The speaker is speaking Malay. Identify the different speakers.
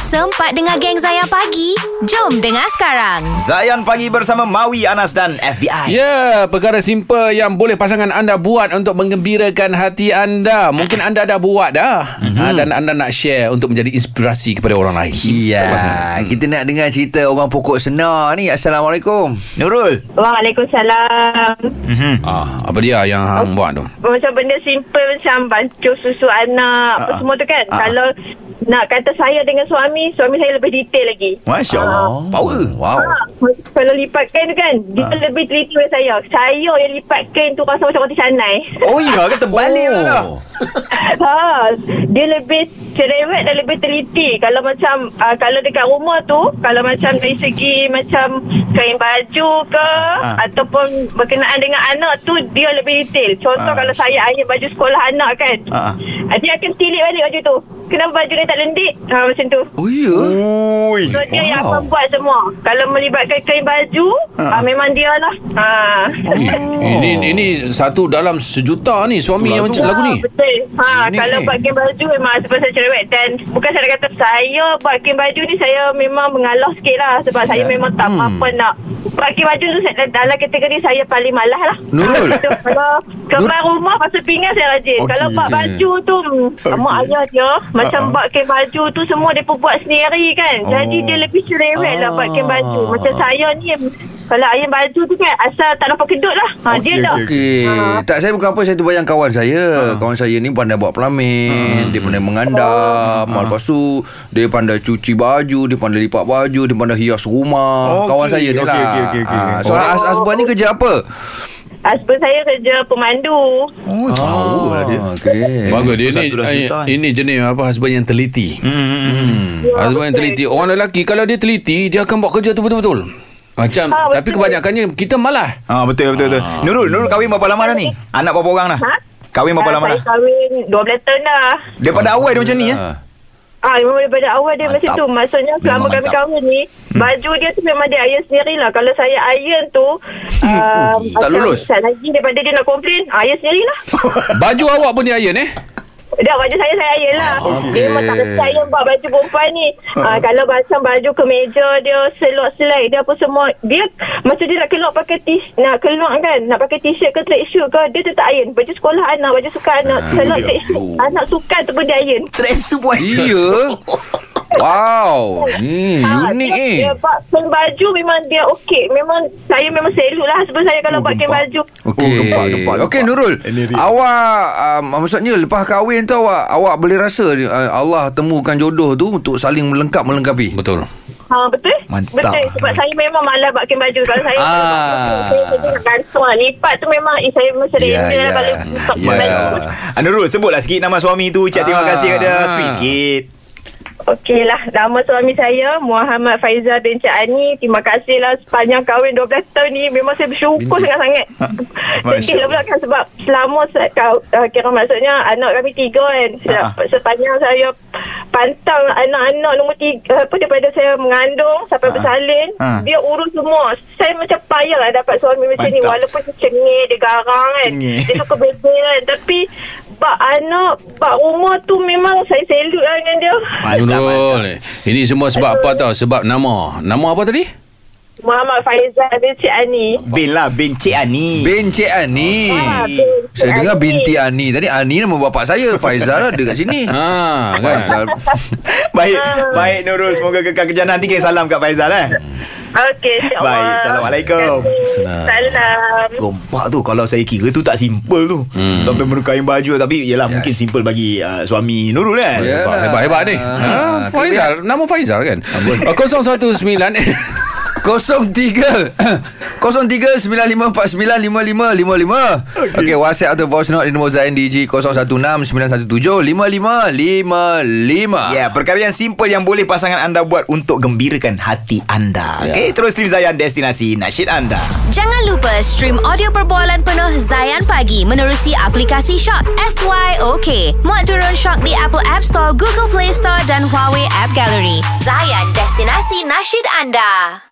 Speaker 1: sempat dengar geng Zayan pagi? Jom dengar sekarang.
Speaker 2: Zayan pagi bersama Maui Anas dan FBI.
Speaker 3: Ya, perkara simple yang boleh pasangan anda buat untuk menggembirakan hati anda. Mungkin anda dah buat dah.
Speaker 4: Mhm.
Speaker 3: Mm-hmm. Dan anda nak share untuk menjadi inspirasi kepada orang lain.
Speaker 4: Ya, kita
Speaker 2: Hmm.
Speaker 4: nak dengar cerita orang pokok senar ni. Assalamualaikum.
Speaker 2: Nurul.
Speaker 5: Waalaikumsalam.
Speaker 2: Hmm.
Speaker 5: Oh,
Speaker 3: Ah, apa dia yang
Speaker 4: Oh.
Speaker 3: hang buat tu?
Speaker 5: Macam benda simple macam bancuh susu anak, apa
Speaker 2: Ah, ah.
Speaker 5: semua tu kan.
Speaker 2: Ah, ah.
Speaker 5: Kalau nak kata saya dengan suami, suami saya lebih detail lagi.
Speaker 2: Masya Allah. Power.
Speaker 4: Wow.
Speaker 5: Ah, Kalau lipat kain tu kan, dia
Speaker 2: Ah.
Speaker 5: lebih teliti daripada saya. Saya yang lipat kain tu rasa macam roti canai.
Speaker 2: Oh ya, kata balik oh. lah.
Speaker 5: ha, dia lebih cerewet dan lebih teliti. Kalau macam uh, kalau dekat rumah tu, kalau macam dari segi macam kain baju ke
Speaker 2: Ah.
Speaker 5: ataupun berkenaan dengan anak tu dia lebih detail. Contoh
Speaker 2: Ah.
Speaker 5: kalau saya iron baju sekolah anak kan.
Speaker 2: Ah.
Speaker 5: Uh, dia akan tilik balik baju tu. Kenapa baju dia tak lendik? Ha macam tu.
Speaker 4: Oh ya.
Speaker 2: Ui.
Speaker 5: So dia yang
Speaker 4: Wow.
Speaker 5: akan buat semua. Kalau melibatkan kain baju,
Speaker 2: Ah.
Speaker 5: ah, memang dia lah. Ha.
Speaker 3: Eh, Ini ini satu dalam sejuta ni suami
Speaker 2: Itulah
Speaker 3: yang
Speaker 2: tu.
Speaker 3: macam lagu ni.
Speaker 5: Betul. Ha,
Speaker 4: Ini,
Speaker 5: kalau
Speaker 4: ini.
Speaker 5: buat kain baju memang sebab saya cerewet dan bukan saya nak kata saya buat kain baju ni saya memang mengalah sikit lah sebab saya
Speaker 4: Ya.
Speaker 5: memang tak hmm. apa nak buat kain baju tu saya- dalam kategori saya paling malas lah.
Speaker 4: Nurul. Oh,
Speaker 5: So, kalau kembar rumah pasal pinggan saya rajin.
Speaker 4: Okey,
Speaker 5: Okay, kalau buat
Speaker 4: okey.
Speaker 5: baju tu okay. mak ayah dia macam
Speaker 2: Ah, ah.
Speaker 5: buat kain baju tu semua dia pun buat sendiri kan. Jadi
Speaker 4: Oh.
Speaker 5: dia lebih cerewet lah buat kain baju.
Speaker 4: Ah.
Speaker 5: Macam saya ni kalau ayam baju tu kan asal tak nampak kedut lah. Ha, dia
Speaker 4: Okey,
Speaker 5: tak.
Speaker 4: Okey.
Speaker 5: Ha.
Speaker 4: Tak saya bukan apa saya terbayang kawan saya.
Speaker 3: Ha.
Speaker 4: Kawan saya ni pandai buat pelamin, dia pandai mengandam,
Speaker 3: Ha.
Speaker 4: lepas tu dia pandai cuci baju, dia pandai lipat baju, dia pandai hias
Speaker 2: Okey,
Speaker 3: Oh,
Speaker 4: rumah. Kawan saya ni
Speaker 2: okey,
Speaker 4: lah.
Speaker 2: okey, okey, okey.
Speaker 4: Ah, So
Speaker 2: Oh.
Speaker 4: As- Azban ni kerja apa?
Speaker 5: Husband saya kerja pemandu.
Speaker 2: Oh, tahu lah dia.
Speaker 4: Okey.
Speaker 3: Bagus dia
Speaker 2: Satu dalam
Speaker 3: ni eh,
Speaker 2: sejuta ni.
Speaker 3: ini jenis apa husband yang teliti.
Speaker 2: Hmm.
Speaker 5: Ya,
Speaker 3: Husband yang
Speaker 5: betul.
Speaker 3: teliti. Orang lelaki kalau dia teliti, dia akan buat kerja tu betul-betul. Macam
Speaker 5: Ah, betul.
Speaker 3: tapi kebanyakannya kita malah.
Speaker 2: Ah, betul betul betul. Nurul, Nurul kahwin berapa lama dah ni? Anak berapa orang dah?
Speaker 5: Ha?
Speaker 2: Kahwin berapa
Speaker 5: Ah,
Speaker 2: lama
Speaker 5: saya
Speaker 2: dah?
Speaker 5: kahwin 12 tahun dah.
Speaker 2: Daripada awal dia macam ni ya.
Speaker 5: Ah, memang daripada awal dia
Speaker 4: Mantap.
Speaker 5: macam tu. Maksudnya selama
Speaker 4: Memang
Speaker 5: kami
Speaker 4: mantap. Hmm.
Speaker 5: kahwin ni, baju dia tu memang dia iron sendiri lah. Kalau saya iron tu, um,
Speaker 4: Hmm, Tak lulus?
Speaker 5: Tak lagi daripada dia nak komplain, iron sendiri lah.
Speaker 3: Baju awak pun dia iron eh?
Speaker 5: Dah baju saya saya iron lah.
Speaker 4: Ah,
Speaker 5: Dia memang tak percaya buat baju perempuan ni. Ah, kalau macam baju kemeja dia, selok selai dia apa semua, dia macam dia nak keluar pakai t nak keluar kan, nak pakai t-shirt ke tracksuit ke, dia tetap iron. Baju sekolah anak, baju sukan anak,
Speaker 4: Ah,
Speaker 5: selok
Speaker 4: ya
Speaker 5: tracksuit anak sukan tu pun dia iron.
Speaker 2: Stress buat.
Speaker 4: Iya. Wow. Hmm, unik
Speaker 5: Ah, dia,
Speaker 4: eh.
Speaker 5: Dia buat kain baju memang dia okey. Memang saya memang seluk lah husband saya kalau oh, buat kain baju.
Speaker 4: Okey.
Speaker 2: Oh, gempak, gempak, gempak.
Speaker 4: Okey Nurul.
Speaker 2: Ini dia.
Speaker 4: Awak um, maksudnya lepas kahwin tu awak awak boleh rasa uh, Allah temukan jodoh tu untuk saling melengkap melengkapi.
Speaker 3: eh? Betul.
Speaker 5: Ha,
Speaker 4: Oh,
Speaker 5: betul?
Speaker 2: Mantap.
Speaker 5: Betul. Sebab saya memang malas buat kain baju. Kalau saya
Speaker 4: Ah.
Speaker 5: buat kain baju, saya kerja dengan gantung lah. Lipat tu memang eh, saya memang
Speaker 4: Ya,
Speaker 5: serena
Speaker 4: ya.
Speaker 5: yeah, kalau buat
Speaker 4: Ya.
Speaker 5: kain baju.
Speaker 2: Ah, Nurul sebutlah sikit nama suami tu. Cik terima
Speaker 4: Ah.
Speaker 2: kasih kat dia. Sweet sikit.
Speaker 5: Okey lah. Nama suami saya Muhammad Faizal bin Cik Ani. Terima kasih lah sepanjang kahwin 12 tahun ni. Memang saya bersyukur sangat-sangat.
Speaker 2: Ha, Masya
Speaker 5: Sedih lah pula kan sebab selama saya, kau, uh, kira maksudnya anak kami tiga kan. Sel-
Speaker 2: Ah, ah.
Speaker 5: Sepanjang saya pantang anak-anak nombor tiga eh, apa daripada saya mengandung sampai bersalin.
Speaker 2: Ah.
Speaker 5: Dia urus semua. Saya macam payah lah dapat suami macam ni.
Speaker 2: Mantap.
Speaker 5: Walaupun dia cengih, dia garang kan.
Speaker 2: Cengih.
Speaker 5: Dia suka bebel kan. Tapi bak anak, bak rumah tu memang saya selut lah dengan dia.
Speaker 3: Nurul. Ini semua sebab apa tau? Sebab nama. Nama apa tadi?
Speaker 5: Muhammad Faizal bin Cik Ani.
Speaker 2: Bin lah, bin Cik Ani.
Speaker 4: Bin Cik Ani.
Speaker 5: Ah, bin Cik
Speaker 4: Saya
Speaker 5: Ani.
Speaker 4: dengar binti Ani Tadi Ani nama bapak saya Faizal ada dekat sini
Speaker 3: Ha, kan?
Speaker 4: Faizal
Speaker 2: Baik,
Speaker 5: Ah.
Speaker 2: baik Nurul. Semoga kekal kerjana. Nanti kirim salam kat Faizal eh.
Speaker 5: Okey, insyaAllah.
Speaker 2: Baik, Assalamualaikum.
Speaker 5: Salam.
Speaker 2: Rompak tu Kalau saya kira tu tak simple tu hmm. Sampai menurut kain baju Tapi yelah yeah. mungkin simple bagi uh, suami Nurul kan yeah.
Speaker 4: Ya.
Speaker 3: Hebat, hebat, hebat ni.
Speaker 2: ah,
Speaker 3: Ha, Faizal. Nama Faizal kan? 019...
Speaker 4: 03 03 95495555 Okey WhatsApp atau voice note di nombor Zain DG 016 917 5555
Speaker 2: Ya, yeah, perkara yang simple yang boleh pasangan anda buat untuk gembirakan hati anda. Yeah. Okey, terus stream Zayan destinasi nasyid anda.
Speaker 1: Jangan lupa stream audio perbualan penuh Zayan pagi menerusi aplikasi Shock SYOK. Muat turun Shock di Apple App Store, Google Play Store dan Huawei App Gallery. Zayan, destinasi nasyid anda.